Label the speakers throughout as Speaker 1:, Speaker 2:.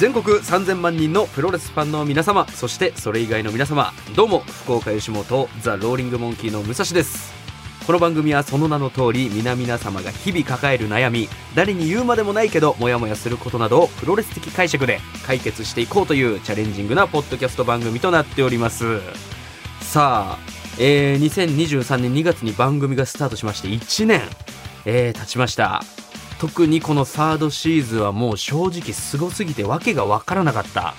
Speaker 1: 全国3000万人のプロレスファンの皆様そしてそれ以外の皆様どうも福岡吉本ザ・ローリング・モンキーの武蔵ですこの番組はその名の通り皆々様が日々抱える悩み誰に言うまでもないけどモヤモヤすることなどをプロレス的解釈で解決していこうというチャレンジングなポッドキャスト番組となっておりますさあ、えー2023年2月に番組がスタートしまして1年、えー経ちました特にこのサードシーズンはもう正直すごすぎて訳が分からなかった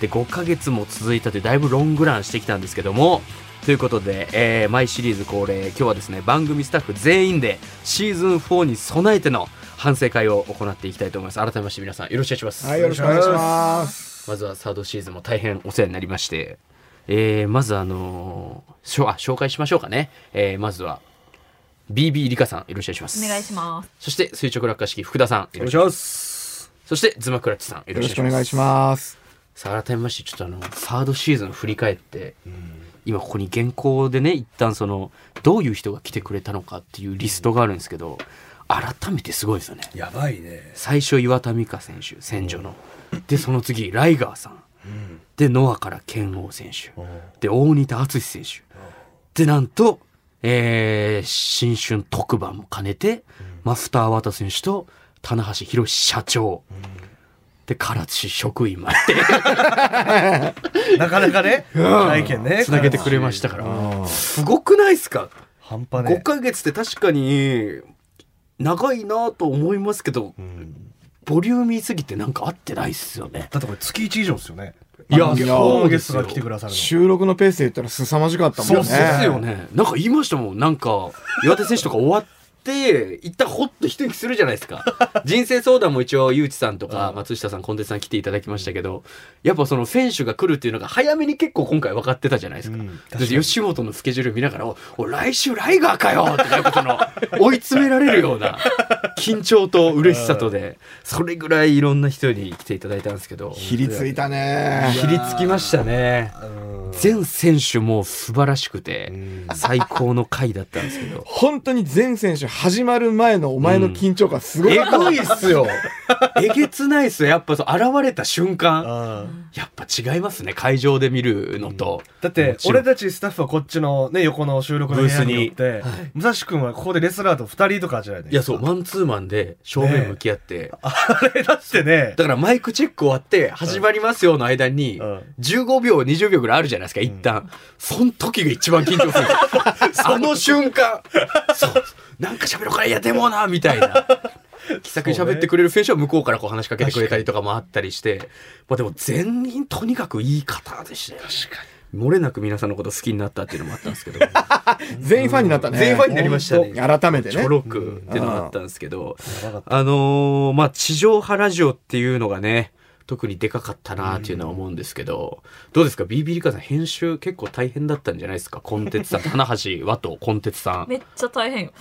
Speaker 1: で5ヶ月も続いたというだいぶロングランしてきたんですけどもということで、えー、マイシリーズ恒例今日はですね番組スタッフ全員でシーズン4に備えての反省会を行っていきたいと思います改めまして皆さんよろしくお願いします、
Speaker 2: はい、よろしくお願いします。
Speaker 1: まずはサードシーズンも大変お世話になりまして、えー、まずあのーしょあ紹介しましょうかね、えー、まずは BB リカさんよろしくお願いします
Speaker 3: お願いします。
Speaker 1: そして垂直落下式福田さんよろしくお願いしますそしてズマクラッチさんよ
Speaker 2: よ
Speaker 1: ろ
Speaker 2: ろ
Speaker 1: し
Speaker 2: し
Speaker 1: く
Speaker 2: く
Speaker 1: お
Speaker 2: お
Speaker 1: 願
Speaker 2: 願
Speaker 1: い
Speaker 2: い
Speaker 1: し
Speaker 2: し
Speaker 1: ます
Speaker 2: ます。
Speaker 1: さあ改めましてちょっとあのサードシーズン振り返って今ここに原稿でね一旦そのどういう人が来てくれたのかっていうリストがあるんですけど改めてすごいですよね
Speaker 4: やばいね。
Speaker 1: 最初岩田美香選手戦場のでその次ライガーさん、でノアから剣王選手、で大仁田敦選手、でなんと、えー新春特番も兼ねて、マスター綿選手と棚橋宏社長、で唐津市職員まで
Speaker 4: なかなかね、体験ね。
Speaker 1: つなげてくれましたから、すごくないですか、
Speaker 4: 半端
Speaker 1: 5
Speaker 4: ね。
Speaker 1: ヶ月って確かに長いなと思いますけど、ボリューミーすぎてなんか合ってないっすよね
Speaker 4: だってこれ月1以上ですよね。
Speaker 1: いや
Speaker 4: あの
Speaker 1: そう
Speaker 4: ゲ
Speaker 1: で
Speaker 4: ス
Speaker 1: す
Speaker 4: ト
Speaker 1: よ
Speaker 4: が来てくださるの。
Speaker 2: 収録のペースで言ったら凄まじかったもんね。
Speaker 1: そうですよね。なんか言いましたもん。なんか、岩手選手とか終わって、一旦ほっと一息するじゃないです か。人生相談も一応、ゆうちさんとか、松下さん、コンテさん来ていただきましたけど、やっぱその選手が来るっていうのが早めに結構今回分かってたじゃないですか。
Speaker 4: うん確か
Speaker 1: で
Speaker 4: に
Speaker 1: 吉本のスケジュール見ながら、おお来週ライガーかよってなんかその、追い詰められるよう な緊張と嬉しさとで、それぐらいいろんな人に来ていただいたんですけど。
Speaker 2: ひりついたね。。
Speaker 1: ひりつきましたね。全選手もう素晴らしくて、最高の回だったんですけど
Speaker 2: 本当に全選手始まる前のお前の緊張感すごい。
Speaker 1: えぐいっすよ。 えげつないっすよ。やっぱそう、現れた瞬間。
Speaker 4: うん
Speaker 1: やっぱ違いますね。会場で見るのと。
Speaker 4: だって
Speaker 1: も、ちろん
Speaker 4: 俺たちスタッフはこっちのね、横の収録の部屋に寄って、武蔵君はここでレスラーと二人とかじゃない
Speaker 1: いや、そう、マンツーマンで正面向き合って。
Speaker 4: あれだってね
Speaker 1: だ、からマイクチェック終わって、始まりますよの間に
Speaker 4: うん、
Speaker 1: 15秒、20秒ぐらいあるじゃないですか、一旦。その時が一番緊張するん ですよ。あの瞬間、そう、なんか喋ろうから、いや、でもな、みたい な。気さくに喋ってくれる選手は向こうからこう話しかけてくれたりとかもあったりして、まあでも全員とにかくいい方でしたよ。確かに。漏れなく皆さんのこと好きになったっていうのもあったん ですけど。
Speaker 2: 全員ファンになったね。
Speaker 1: 全員ファンになりましたね
Speaker 2: 本当改めて
Speaker 1: ちょ
Speaker 2: ね。
Speaker 1: ろくっていうのがあったんですけど、あのーまあ、地上波ラジオっていうのがね、特にでかかったなっていうのは思うんですけど、どうですか ?BB リカさん編集結構大変だったんじゃないですかコンテツさん、棚橋和とコンテツさん。
Speaker 3: めっちゃ大変よ。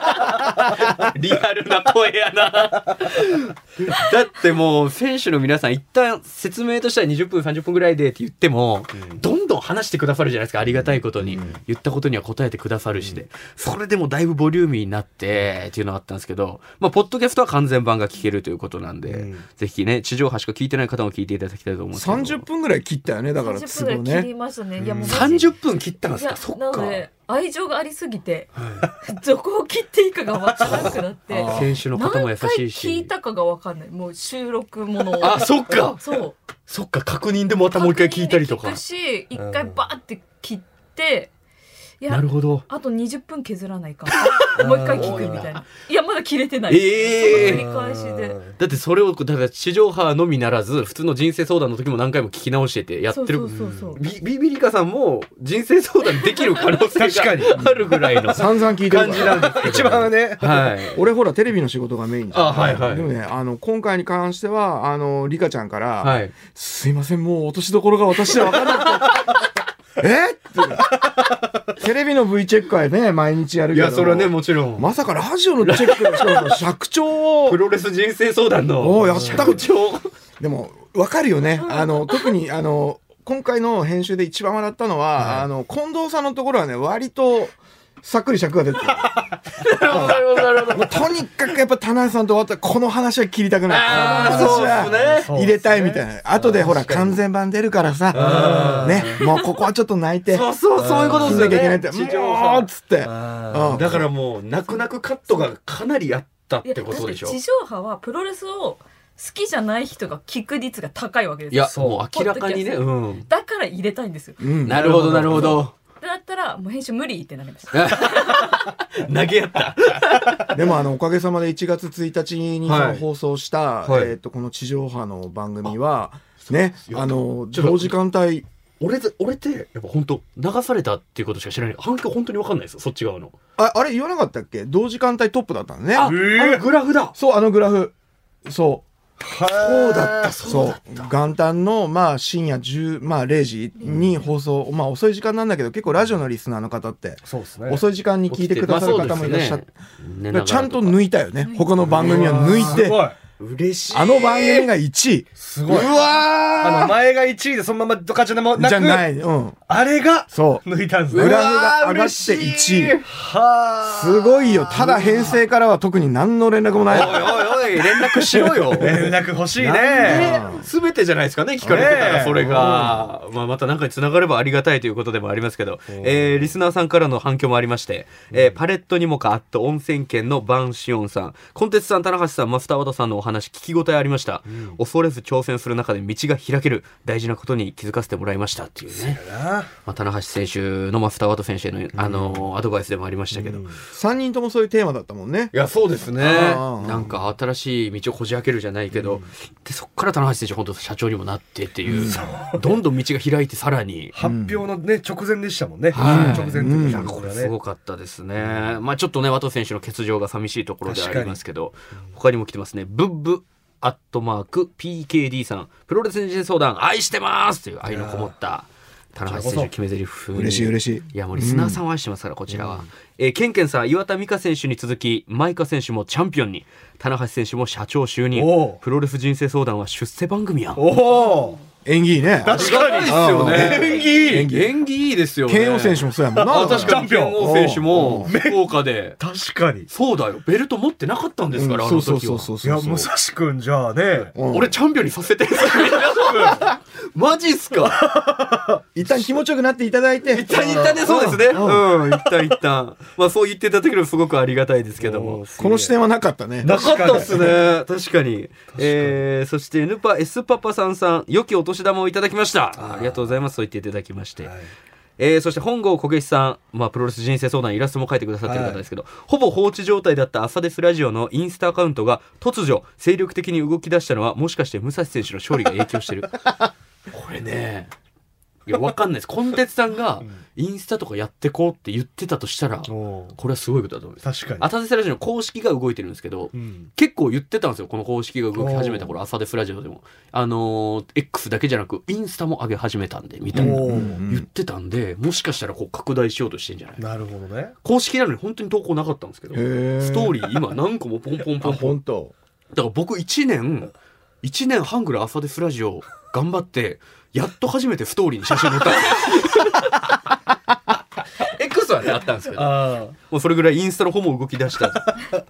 Speaker 1: リアルな声やな。 だってもう、選手の皆さん一旦説明としては20分、30分ぐらいでって言っても、どんどん話してくださるじゃないですか。ありがたいことに。言ったことには答えてくださるしで。それでもだいぶボリューミーになって、っていうのがあったんですけど、まあ、ポッドキャストは完全版が聞けるということなんで、ぜひね、地上波しか聞いてない方も聞いていただきたいと思うんですけど。
Speaker 2: 30分ぐらい切ったよね。だから
Speaker 3: 30
Speaker 2: す
Speaker 3: 分
Speaker 2: ご
Speaker 3: ぐらい切
Speaker 2: ね
Speaker 3: り。ましたね。いやもうマジ
Speaker 1: 30分切ったんで
Speaker 3: い
Speaker 1: す
Speaker 3: や
Speaker 1: かそっ
Speaker 3: な
Speaker 1: か
Speaker 3: の。で愛情がありすぎて、 どこを切っていいかがわからなくなって、
Speaker 1: 選手の方も優しい
Speaker 3: 何回聞
Speaker 1: し
Speaker 3: い。たかがわかんない。もう収録ものを。
Speaker 1: あ、そっか
Speaker 3: そう。
Speaker 1: そっか、確認でまたもう一回聞いたりとか
Speaker 3: 確認で聞く。し、一回バーって切って、いや
Speaker 1: なるほど。
Speaker 3: あと20分削らないか。もう一回聞くみたいな。いやまだ切れてない。
Speaker 1: ええ
Speaker 3: その繰り返しで。
Speaker 1: だってそれをだから地上波のみならず普通の人生相談の時も何回も聞き直しててやって
Speaker 3: そ
Speaker 1: る
Speaker 3: うそうそうそう
Speaker 1: ビビビリカさんも人生相談できる可能性
Speaker 4: 確かに
Speaker 1: があるぐらいの
Speaker 2: 散々聞いてる
Speaker 1: 感
Speaker 2: か
Speaker 1: じ
Speaker 2: ら
Speaker 1: な。んですけど
Speaker 4: 一番ね、
Speaker 1: はい
Speaker 2: 俺ほらテレビの仕事がメインじゃん
Speaker 1: あはいはい
Speaker 2: でもねあの今回に関してはあのリカちゃんから、
Speaker 1: はい
Speaker 2: すいませんもう落としどころが私で分からなくて えってテレビの V チェックはね毎日やる
Speaker 1: い
Speaker 2: けど
Speaker 1: やそれはねもちろん
Speaker 2: まさかラジオのチェックしかも尺調 を
Speaker 1: プロレス人生相談の
Speaker 2: おうやった
Speaker 1: 社長
Speaker 2: でも分かるよねあの特にあの今回の編集で一番笑ったのは、あの近藤さんのところはね割とさっくり尺が出てる。
Speaker 1: なるほどなるほど
Speaker 2: もうとにかくやっぱ田中さんと終わったらこの話は切りたくない。
Speaker 1: あ
Speaker 2: この話
Speaker 1: あ
Speaker 2: は
Speaker 1: そうですね
Speaker 2: 入れたいみたいな。あとでほら
Speaker 1: 確かに
Speaker 2: 完全版出るからさ、ね、もうここはちょっと泣いて、
Speaker 1: そうそうそういうことですよ
Speaker 2: 切んなきゃいけない
Speaker 1: ね
Speaker 2: って、
Speaker 1: 地
Speaker 2: も
Speaker 1: 上
Speaker 2: うっつって。
Speaker 4: あ
Speaker 2: う
Speaker 1: 波
Speaker 2: ん
Speaker 1: だからもう泣く泣くカットがかなりあったっ
Speaker 3: いや
Speaker 1: てことでしょ
Speaker 3: だって地上波はプロレスを好きじゃない人が聞く率が高いわけです
Speaker 1: い
Speaker 3: よ
Speaker 1: やもう明らかにね
Speaker 3: ポッドキャス
Speaker 1: うん
Speaker 3: だから入れたいんですよ
Speaker 2: うん
Speaker 1: なるほどなるほど
Speaker 3: だったらもう編集無理ってなりました
Speaker 1: 投げやった
Speaker 2: でもあのおかげさまで1月1日にそ
Speaker 1: は
Speaker 2: の
Speaker 1: い
Speaker 2: 放送した、
Speaker 1: はい
Speaker 2: えっとこの地上波の番組はね
Speaker 1: すよ
Speaker 2: あの
Speaker 1: ちょっと
Speaker 2: 同時間帯
Speaker 1: 俺ぜ俺ってやっぱ本当流されたっていうことしか知らない反響本当に分かんないですよそっち側の
Speaker 2: ああれ言わなかったっけ同時間帯トップだったのね
Speaker 1: あ、
Speaker 4: ー
Speaker 1: あのグラフだ
Speaker 2: そうあのグラフそう
Speaker 4: そうだった
Speaker 1: そうだ
Speaker 2: そう元旦のまあ深夜10、まあ、0時に放送、まあ遅い時間なんだけど結構ラジオのリスナーの方って
Speaker 4: そうですね
Speaker 2: 遅い時間に聞いてくださる方もいらっしゃって、だからちゃんと抜いたよね
Speaker 3: うん
Speaker 2: 他の番組を抜い
Speaker 4: す
Speaker 2: て
Speaker 4: ごい
Speaker 1: 嬉しい
Speaker 2: あの番組が1位
Speaker 4: す
Speaker 2: う
Speaker 4: ごいあの
Speaker 2: わ
Speaker 4: 前が1位でそのままドカチャでも
Speaker 2: ー
Speaker 4: な
Speaker 2: じゃ
Speaker 4: く
Speaker 2: ないうん
Speaker 4: あれが
Speaker 2: そう
Speaker 4: 抜いたんです
Speaker 2: グ
Speaker 4: ね
Speaker 2: ラフが上がって1位
Speaker 4: は
Speaker 2: すごいよただ編成からは特に何の連絡も
Speaker 1: おい
Speaker 2: ない
Speaker 1: おいおい連絡しろ よ
Speaker 4: 連絡欲しい
Speaker 2: なん
Speaker 4: ね
Speaker 2: で
Speaker 1: すべてじゃないですかね、聞かれてた
Speaker 4: ね
Speaker 1: ら、
Speaker 4: え
Speaker 1: それが。まあ、またなんかにつながればありがたいということでもありますけど、えー、リスナーさんからの反響もありまして、えー、パレットにもか、あっと温泉県のバンシオンさん、コンテツさん、田中さん、マスターワトさんのお話、聞き応えありました。恐れず挑戦する中で道が開ける、大事なことに気づかせてもらいましたっていうね。まあ、田中選手のマスターワト選手への、あのーアドバイスでもありましたけど。い
Speaker 2: 3人ともそういうテーマだったもんね
Speaker 1: や、そうですね。
Speaker 2: あー
Speaker 1: なんか新しい道をこじ開けるじゃないけど、で、そっから田中選手、本当社長にもなってっていう、どんどん道が開いてさら に。
Speaker 4: 発表のね直前でしたもんね
Speaker 1: はい
Speaker 4: 直前っていう
Speaker 2: う
Speaker 4: か
Speaker 2: ん
Speaker 4: これ
Speaker 1: す
Speaker 4: ね
Speaker 1: ごかったですね。まあちょっとね、ワト選手の欠場が寂しいところではありますけど、他にも来てますね。ブッブアットマーク PKD さん、プロレス人生相談、愛してますという愛のこもった。田中選手の決め台詞風に
Speaker 2: 嬉しい嬉しい
Speaker 1: いやもうリスナーさんを愛してますから、こちらは、えーケンケンさん岩田美香選手に続き舞香選手もチャンピオンに棚橋選手も社長就任
Speaker 4: おう
Speaker 1: プロレス人生相談は出世番組やん
Speaker 4: おお
Speaker 2: 演技いいね
Speaker 4: 確かにですよね演技いい
Speaker 1: 演技いいですよね
Speaker 2: 慶応選手もそうやもんな
Speaker 1: あ確かに
Speaker 4: チャンピオン
Speaker 1: 王選手も福岡で
Speaker 4: 確かに
Speaker 1: そうだよベルト持ってなかったんですから、
Speaker 2: うん
Speaker 1: あの時
Speaker 2: そ
Speaker 1: は
Speaker 2: うそうそう
Speaker 4: いや
Speaker 2: そう
Speaker 4: 武
Speaker 2: そ
Speaker 4: 蔵くんじゃあね
Speaker 2: ううん
Speaker 1: 俺チャンピオンにさせて マジっすか
Speaker 2: 一旦気持ちよくなっていただいて
Speaker 1: 一旦一旦ねそうですねうん一旦一旦まあそう言っていただけるとすごくありがたいですけども
Speaker 2: この視点はなかったね
Speaker 1: なかったっすね確かにえーそしてヌパ S パパさんさん良きお年玉をいただきましたありがとうございますと言っていただきまして、えーそして本郷こけしさん、まあ、プロレス人生相談イラストも書いてくださってる方ですけど、ほぼ放置状態だった朝ですラジオのインスタアカウントが突如精力的に動き出したのはもしかして武蔵選手の勝利が影響してるこれねいやわかんないですコンテツさんがインスタとかやってこうって言ってたとしたら、
Speaker 4: おー
Speaker 1: これはすごいことだと思います
Speaker 4: 確かに
Speaker 1: 朝ですラジオの公式が動いてるんですけど、
Speaker 4: ん
Speaker 1: 結構言ってたんですよこの公式が動き始めた頃朝ですラジオでもあのー X だけじゃなくインスタも上げ始めたんでみたいな
Speaker 4: お
Speaker 2: う
Speaker 4: ー
Speaker 2: ん
Speaker 1: 言ってたんで、もしかしたらこう拡大しようとしてんじゃない
Speaker 4: なるほどね
Speaker 1: 公式なのに本当に投稿なかったんですけど
Speaker 2: へー
Speaker 1: ストーリー今何個もポンポンポンポン
Speaker 2: あ本当
Speaker 1: だから僕1年1年半ぐらい朝ですラジオ頑張ってやっと初めてストーリーに写真載ったんですよ X はねあったんですけど
Speaker 4: ああ
Speaker 1: もうそれぐらいインスタの方も動き出した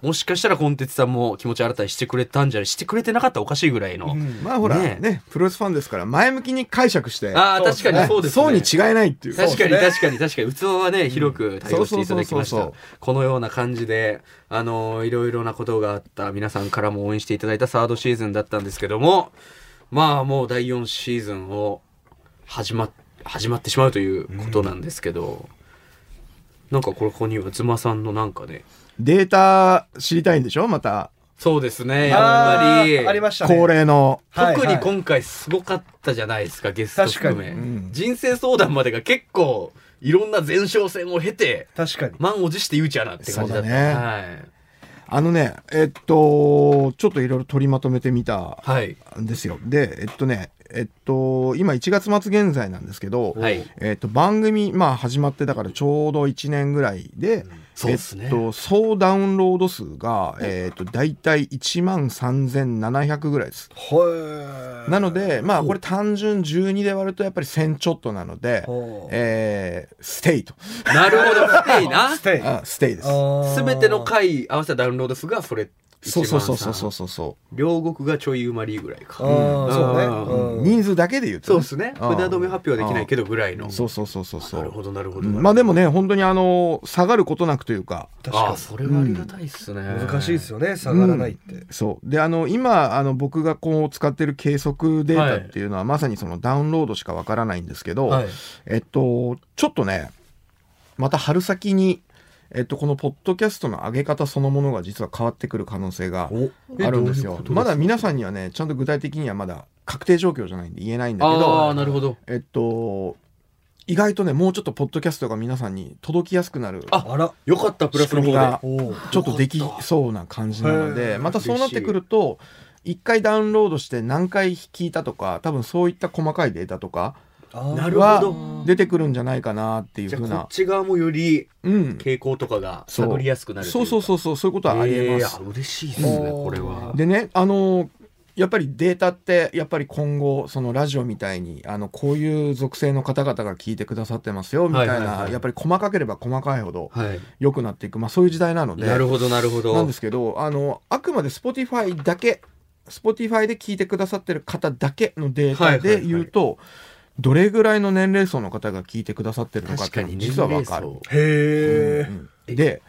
Speaker 1: もしかしたらコンテンツさんも気持ち新たにしてくれたんじゃないしてくれてなかったらおかしいぐらいの、
Speaker 2: まあほら
Speaker 1: ね
Speaker 2: ね
Speaker 1: え
Speaker 2: プロレスファンですから前向きに解釈して
Speaker 1: ああ確かに
Speaker 2: ね
Speaker 1: そうですね
Speaker 2: そうに違いないっていう
Speaker 1: 確かに
Speaker 4: そうですね
Speaker 1: 確かに確かに器はね広く対応していただきまし
Speaker 2: そうそうそうそう
Speaker 1: た
Speaker 2: そ
Speaker 1: このような感じであのーいろいろなことがあった皆さんからも応援していただいたサードシーズンだったんですけどもまあもう第4シーズンを始まっ始まってしまうということなんですけど、なんかこれここにうつまさんのなんかね
Speaker 2: データ知りたいんでしょまた
Speaker 1: そうですねやっぱ
Speaker 4: あ
Speaker 1: り
Speaker 4: ーありましたね
Speaker 2: 恒例の
Speaker 4: はい
Speaker 1: 特に今回すごかったじゃないですか、ゲスト含め、
Speaker 4: 確
Speaker 2: かにうん
Speaker 1: 人生相談までが結構いろんな前哨戦を経て
Speaker 4: 確かに
Speaker 1: 満を持してゆうちゃなって感じだった
Speaker 2: そうだねあのねえっとちょっといろいろ取りまとめてみた
Speaker 1: はい、はい、
Speaker 2: んですよでえっとねえっと、今1月末現在なんですけど、
Speaker 1: はい
Speaker 2: えっと、番組、まあ、始まってだからちょうど1年ぐらいで、
Speaker 1: そうっすね
Speaker 2: えっと、総ダウンロード数が、えっと、大体1万3700ぐらいです。
Speaker 4: は
Speaker 2: なので、まあ、これ単純12で割るとやっぱり1000ちょっとなので、
Speaker 4: ほう
Speaker 2: えー、ステイと。
Speaker 1: なるほどステイ な
Speaker 4: ステイ
Speaker 2: あステイです。
Speaker 1: すべての回合わせたダウンロード数がそれ
Speaker 2: そうそうそうそうそ
Speaker 1: 1
Speaker 2: う
Speaker 1: 万
Speaker 2: そうそ
Speaker 1: 3両国がちょい埋まりぐらいか
Speaker 4: あーそう
Speaker 2: う、
Speaker 4: ねうん
Speaker 2: 人数だけで言うと
Speaker 1: そう
Speaker 2: ね、
Speaker 1: ですね
Speaker 2: うん
Speaker 1: 札止め発表はできないけどぐらいの
Speaker 2: そうそうそうそうそう。
Speaker 1: なるほどなるほど
Speaker 2: まあでもね、本当にあの、下がることなくというか、
Speaker 4: 確
Speaker 1: あ
Speaker 4: か
Speaker 1: あそれはありがたいっすね
Speaker 4: に難しいです
Speaker 1: よ
Speaker 4: よね下がらないって、
Speaker 2: そう。で、あの、今、あの、僕がこう使ってる計測データっていうのは、まさにそのダウンロードしかわからないんですけど、
Speaker 1: はい
Speaker 2: えっと、ちょっとね、また春先に、えっと、このポッドキャストの上げ方そのものが実は変わってくる可能性が
Speaker 1: え
Speaker 2: あるんです
Speaker 1: どういう
Speaker 2: よ
Speaker 1: こ。と
Speaker 2: まだ皆さんにはね、ちゃんと具体的にはまだ確定状況じゃないんで言えないんだけ
Speaker 1: ああ
Speaker 2: ど、
Speaker 1: なるほど
Speaker 2: えっと、意外とね、もうちょっとポッドキャストが皆さんに届きやすくなる
Speaker 1: あ
Speaker 4: あら
Speaker 1: よかったプラスの方
Speaker 2: 仕組みが
Speaker 1: で
Speaker 4: おう
Speaker 2: ちょっとでき
Speaker 1: よかった
Speaker 2: そうな感じなの
Speaker 4: へ
Speaker 2: で
Speaker 4: ー
Speaker 2: またそうなってくると一回ダウンロードして何回聞いたとか多分そういった細かいデータとか
Speaker 4: あー
Speaker 1: なるほ
Speaker 2: は
Speaker 1: ど
Speaker 2: 出てくるんじゃないかなっていう
Speaker 1: じゃ
Speaker 2: ふ
Speaker 1: あ
Speaker 2: う
Speaker 1: こ
Speaker 2: な
Speaker 1: っ、ち側もより
Speaker 2: うん、
Speaker 1: 傾向とかが
Speaker 2: そう
Speaker 1: 探りやすくなる
Speaker 2: そうそう
Speaker 1: う
Speaker 2: そうそうそういうこと
Speaker 1: か
Speaker 2: はありえま
Speaker 1: い
Speaker 2: す
Speaker 1: や。嬉しいですね
Speaker 4: うん
Speaker 1: これは
Speaker 2: でねあのーやっぱりデータってやっぱり今後そのラジオみたいにあのこういう属性の方々が聞いてくださってますよみたいな、
Speaker 1: はいはいはい
Speaker 2: やっぱり細かければ細かいほど
Speaker 1: はい
Speaker 2: 良くなっていく、まあ、そういう時代なので
Speaker 1: なるほどなるほど
Speaker 2: なんですけどあのあくまで Spotify だけ Spotify で聞いてくださってる方だけのデータ
Speaker 1: はい
Speaker 2: で
Speaker 1: はいはい
Speaker 2: 言うと、どれぐらいの年齢層の方が聞いてくださってるのかっ
Speaker 1: 確
Speaker 2: て
Speaker 1: か
Speaker 2: いうの
Speaker 1: に年
Speaker 2: は実は
Speaker 1: 齢
Speaker 2: 分かる。
Speaker 1: 層
Speaker 4: へ
Speaker 2: うん
Speaker 1: え
Speaker 2: で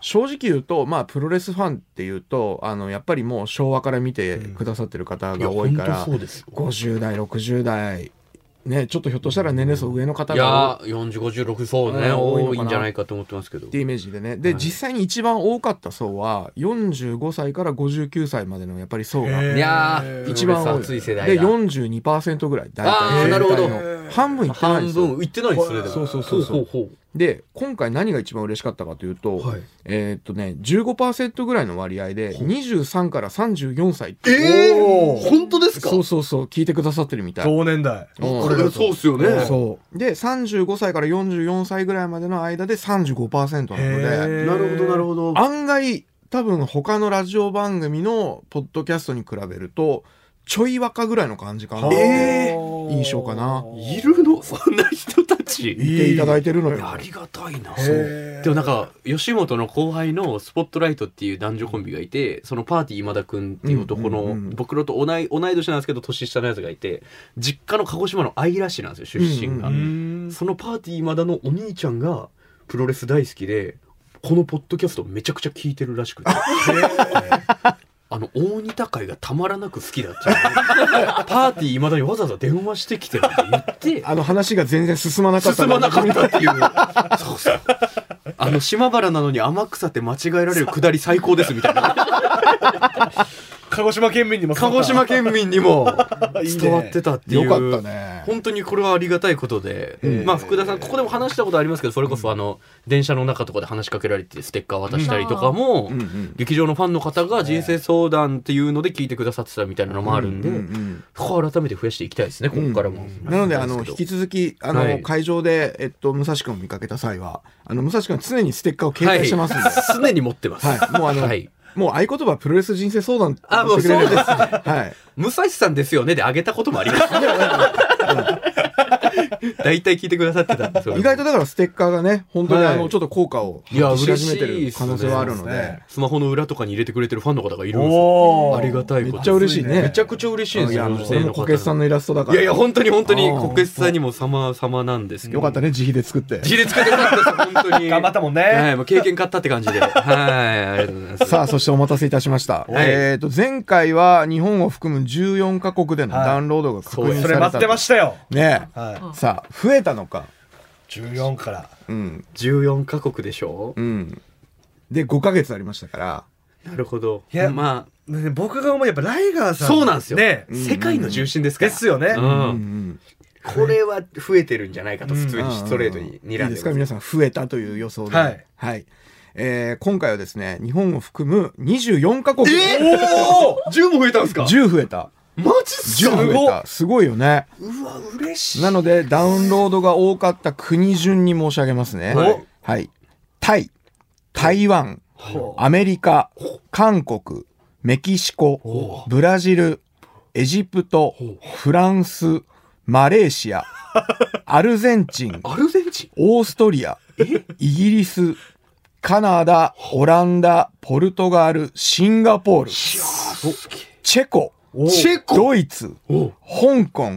Speaker 2: 正直言うと、まあ、プロレスファンっていうとあのやっぱりもう昭和から見てくださってる方
Speaker 1: いや
Speaker 2: が多いから、
Speaker 1: 本当そうですよ
Speaker 2: 50代60代、ね、ちょっとひょっとしたら年齢層上の方
Speaker 1: い
Speaker 2: が
Speaker 1: や4056そうね
Speaker 2: うん多い
Speaker 1: 多
Speaker 2: のかない
Speaker 1: んじゃないかと思ってますけど
Speaker 2: っていうイメージでねで、
Speaker 1: はい
Speaker 2: 実際に一番多かった層は45歳から59歳までのやっぱり層が
Speaker 4: ー
Speaker 1: いや
Speaker 4: へ
Speaker 1: ー
Speaker 4: ー
Speaker 2: 一番多い
Speaker 1: 熱い世代
Speaker 2: で
Speaker 1: だ
Speaker 2: 42%ぐらい大体
Speaker 1: あーなるほど
Speaker 2: 全体の半分いってない
Speaker 1: 半
Speaker 2: んですよ
Speaker 1: 分いってないですねでも
Speaker 2: そうそうそうそう
Speaker 1: ほうほう
Speaker 2: で今回何が一番嬉しかったかというと、
Speaker 1: ほうはい
Speaker 2: えーっとね15%ぐらいの割合で23から34歳って
Speaker 1: えー
Speaker 4: おー
Speaker 1: 本当ですか
Speaker 2: そうそうそう聞いてくださってるみたい
Speaker 4: 同年代
Speaker 2: うん
Speaker 1: これ
Speaker 4: だと
Speaker 1: そうっすよね
Speaker 2: そうで35歳から44歳ぐらいまでの間で35%なので
Speaker 4: へー
Speaker 1: なるほどなるほど
Speaker 2: 案外多分他のラジオ番組のポッドキャストに比べるとちょい若ぐらいの感じかな、
Speaker 1: え
Speaker 2: 印象かない
Speaker 1: るのそんな人たち
Speaker 2: 見ていただいてるのよ、
Speaker 1: いやありがたいな
Speaker 4: へー
Speaker 1: でもなんか吉本の後輩のスポットライトっていう男女コンビがいてそのパーティー今田君っていう男
Speaker 2: うん
Speaker 1: の
Speaker 2: うんうん
Speaker 1: 僕らと同い同い年なんですけど年下のやつがいて実家の鹿児島の姶良市なんですよ出身
Speaker 2: う
Speaker 1: が
Speaker 4: ん
Speaker 1: そのパーティー今田のお兄ちゃんがプロレス大好きでこのポッドキャストめちゃくちゃ聞いてるらし くてあの大仁田会がたまらなく好きだっていう パーティー今田にわざわざ電話してきてるって言って
Speaker 2: あの話が全然進まなかった
Speaker 1: 進まなかったっていう そうそうあの島原なのに天草って間違えられるくだり最高ですみたいな
Speaker 4: 鹿児島県民に も
Speaker 1: 鹿児島県民にも
Speaker 4: いいね
Speaker 1: 伝わってたっていう
Speaker 2: よかったね
Speaker 1: 本当にこれはありがたいことで、
Speaker 2: うん
Speaker 1: まあ福田さんここでも話したことありますけどそれこそあの電車の中とかで話しかけられてステッカー渡したりとかも、
Speaker 2: うんうん
Speaker 1: 劇場のファンの方が人生相談っていうので聞いてくださってたみたいなのもあるんで、
Speaker 2: ううん
Speaker 1: ここは改めて増やしていきたいですねここからも、
Speaker 2: うんなのであの
Speaker 1: ですけ
Speaker 2: 引
Speaker 1: ど
Speaker 2: き続きあの、
Speaker 1: はい
Speaker 2: 会場で、えっと、武蔵君を見かけた際はあの武蔵君は常にステッカーを携帯してますんで、
Speaker 1: はい、 常に持ってます、
Speaker 2: はいもうあの
Speaker 1: はい
Speaker 2: もう合言葉プロレス人生相談
Speaker 1: あもう
Speaker 2: してくれるん
Speaker 1: そうです
Speaker 2: はい
Speaker 1: 武蔵さんですよねであげたこともあります。大体聞いてくださってたんですよ。
Speaker 2: 意外とだからステッカーがね本当にあの、
Speaker 1: はい
Speaker 2: ちょっと効果を
Speaker 1: いや
Speaker 2: 発揮し始めて
Speaker 1: 嬉しいっ
Speaker 2: る
Speaker 1: すね
Speaker 2: 可能性はあるので
Speaker 4: そうですね
Speaker 1: スマホの裏とかに入れてくれてるファンの方がいるんですよ。
Speaker 4: おー
Speaker 1: ありがたいこと。
Speaker 2: めっちゃ嬉しいね
Speaker 1: めちゃくちゃ嬉しいです
Speaker 2: いや
Speaker 1: よ。
Speaker 2: あの
Speaker 1: 女
Speaker 2: こ
Speaker 1: 性
Speaker 2: れ
Speaker 1: の
Speaker 2: も
Speaker 1: 方
Speaker 2: こけしさんのイラストだか
Speaker 1: い
Speaker 2: ら
Speaker 1: やいや本当に本当に
Speaker 2: あー
Speaker 1: こけしさんにも様様なんですけど。
Speaker 2: よかったね自費で作って
Speaker 1: 自立かけよかったです本当に。
Speaker 4: 頑張ったもんね
Speaker 1: はいもう経験買ったって感じで。はいありがとうござい ます。
Speaker 2: さあ、そしてお待たせいたしました。
Speaker 1: はい
Speaker 2: えっ、と、前回は日本を含む14カ国での
Speaker 4: はい
Speaker 2: ダウンロードが確認された、
Speaker 4: それ待ってましたよ
Speaker 2: ねえ
Speaker 4: は
Speaker 2: さあ、増えたのか。
Speaker 4: い14から
Speaker 2: うん、
Speaker 1: 14カ国でしょ
Speaker 2: う。ん。で、5ヶ月ありましたから。
Speaker 1: なるほど。
Speaker 4: いや
Speaker 1: ま
Speaker 4: ね僕が思うやっぱライガー
Speaker 1: あ
Speaker 4: さん
Speaker 1: そうなんですよ。
Speaker 4: ね
Speaker 1: 世界の重心ですから。
Speaker 4: ですよね
Speaker 1: うん
Speaker 2: うんうん
Speaker 1: これは増えてるんじゃないかと
Speaker 4: うん
Speaker 1: 普通にストレートに
Speaker 2: いい
Speaker 1: 睨んで
Speaker 2: ですか皆さん、増えたという予想で。
Speaker 4: はい。
Speaker 2: えー今回はですね、日本を含む24カ国。
Speaker 1: おお10も増えたんですか
Speaker 2: 10増えた。
Speaker 4: マジっすか
Speaker 2: 10増えたすごいよね
Speaker 1: うわ嬉し
Speaker 2: なのでダウンロードが多かった国順に申し上げますね
Speaker 1: は
Speaker 2: はいい、タイ台湾
Speaker 4: ほ
Speaker 2: アメリカ韓国メキシコブラジルエジプトフランスマレーシアアルゼンチン
Speaker 1: アルゼンチン
Speaker 2: オーストリア、イギリス、カナダ、オランダ、ポルトガル、シンガポール、チェコ、
Speaker 1: チェコ
Speaker 2: ドイツ、香港、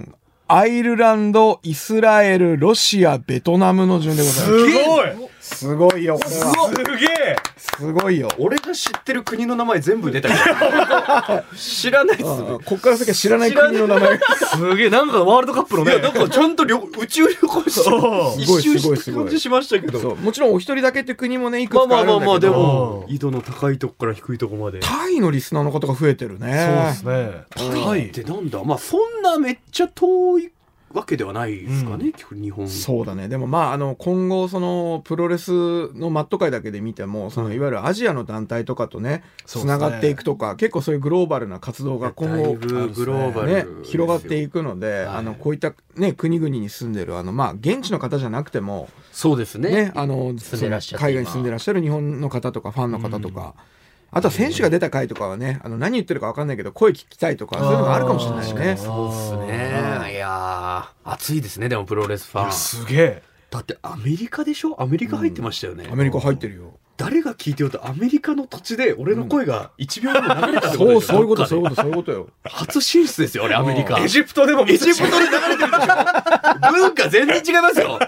Speaker 2: アイルランド、イスラエル、ロシア、ベトナムの順でござい
Speaker 4: す
Speaker 2: ます。
Speaker 4: ごい
Speaker 2: すごいよ、これは。
Speaker 4: すげえ
Speaker 2: すごいよ。
Speaker 1: 俺が知ってる国の名前全部出たけど知らないっす
Speaker 2: あーこっから先は知らない国の名前。
Speaker 4: すげえなんかワールドカップの
Speaker 1: いや、な
Speaker 4: ね
Speaker 1: んかちゃんと旅宇宙旅行し
Speaker 4: そう
Speaker 1: て、一周
Speaker 2: すごい
Speaker 1: した
Speaker 2: すごいすごい
Speaker 1: 感じしましたけ
Speaker 2: そ
Speaker 1: ど。
Speaker 2: うもちろんお一人だけって国もね、いく
Speaker 1: まあ
Speaker 2: つ
Speaker 1: ま
Speaker 2: かあ
Speaker 1: あま
Speaker 2: るん
Speaker 1: あ
Speaker 2: だけど、
Speaker 1: まあ、でも
Speaker 4: う、ん
Speaker 1: 井戸の高いとこから低いとこまで。
Speaker 2: タイのリスナーの方が増えてるね。
Speaker 4: そうですね
Speaker 1: 高いってなんだまあ、そんなめっちゃ遠いわけではないですかね、日本。
Speaker 2: そうだねでもまああの今後そのプロレスのマット界だけで見てもそのいわゆるアジアの団体とかとね
Speaker 4: そう
Speaker 2: つ
Speaker 4: ですね
Speaker 2: ながっていくとか結構そういうグローバルな活動が今
Speaker 1: だい
Speaker 2: 後
Speaker 1: ぶグローバルで
Speaker 2: ね
Speaker 1: すよ、
Speaker 2: 広がっていくので、
Speaker 1: はい
Speaker 2: あのこういった、ね、国々に住んでるあの、まあ、現地の方じゃなくても、
Speaker 1: そうですね
Speaker 2: ね、あの
Speaker 1: 住んでらっしゃって
Speaker 2: 海外に住んでらっしゃる日本の方とかファンの方とか、あとは選手が出た回とかはねあの何言ってるか分かんないけど声聞きたいとかそういうのがあるかもしれないしね。
Speaker 1: そうですね。いやー、熱いですね、でもプロレスファン。
Speaker 4: すげえ
Speaker 1: だってアメリカでしょアメリカ入ってましたよね
Speaker 2: ア。メリカ入ってるよ。
Speaker 1: 誰が聞いてようとアメリカの土地で俺の声が1秒でも流れたってこと
Speaker 2: そ
Speaker 1: で
Speaker 2: う、
Speaker 1: しょ
Speaker 2: そういうこと、
Speaker 1: どっかで
Speaker 2: そういうこと、そういうことよ。
Speaker 1: 初進出ですよ、俺、アメリカ。
Speaker 4: エジプトでも見
Speaker 1: エ
Speaker 4: せて
Speaker 1: ジプトで流れてるでしょ文化全然違いますよ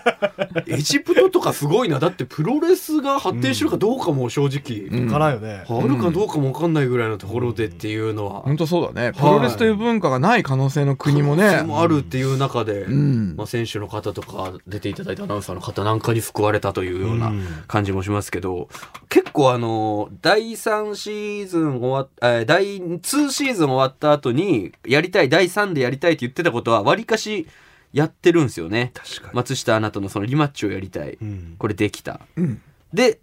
Speaker 1: エジプトとかすごいなだってプロレスが発展してるかどうかも正直、
Speaker 2: うん
Speaker 4: からよね
Speaker 1: あるかどうかも分かんないぐらいのところでっていうのは、
Speaker 2: 本当そうだね。プロレスという文化がない可能性の国もね。
Speaker 1: もあるっていう中で、
Speaker 2: うん
Speaker 1: まあ、選手の方とか出ていただいたアナウンサーの方なんかに救われたというような
Speaker 4: うん
Speaker 1: 感じもしますけど、結構あの第3シーズン終わっえー第2シーズン終わった後にやりたい第3でやりたいって言ってたことはわりかしやってるんですよね
Speaker 4: 確かに
Speaker 1: 松下アナとのそのリマッチをやりたい、
Speaker 4: うん
Speaker 1: これできた
Speaker 2: うん。
Speaker 1: で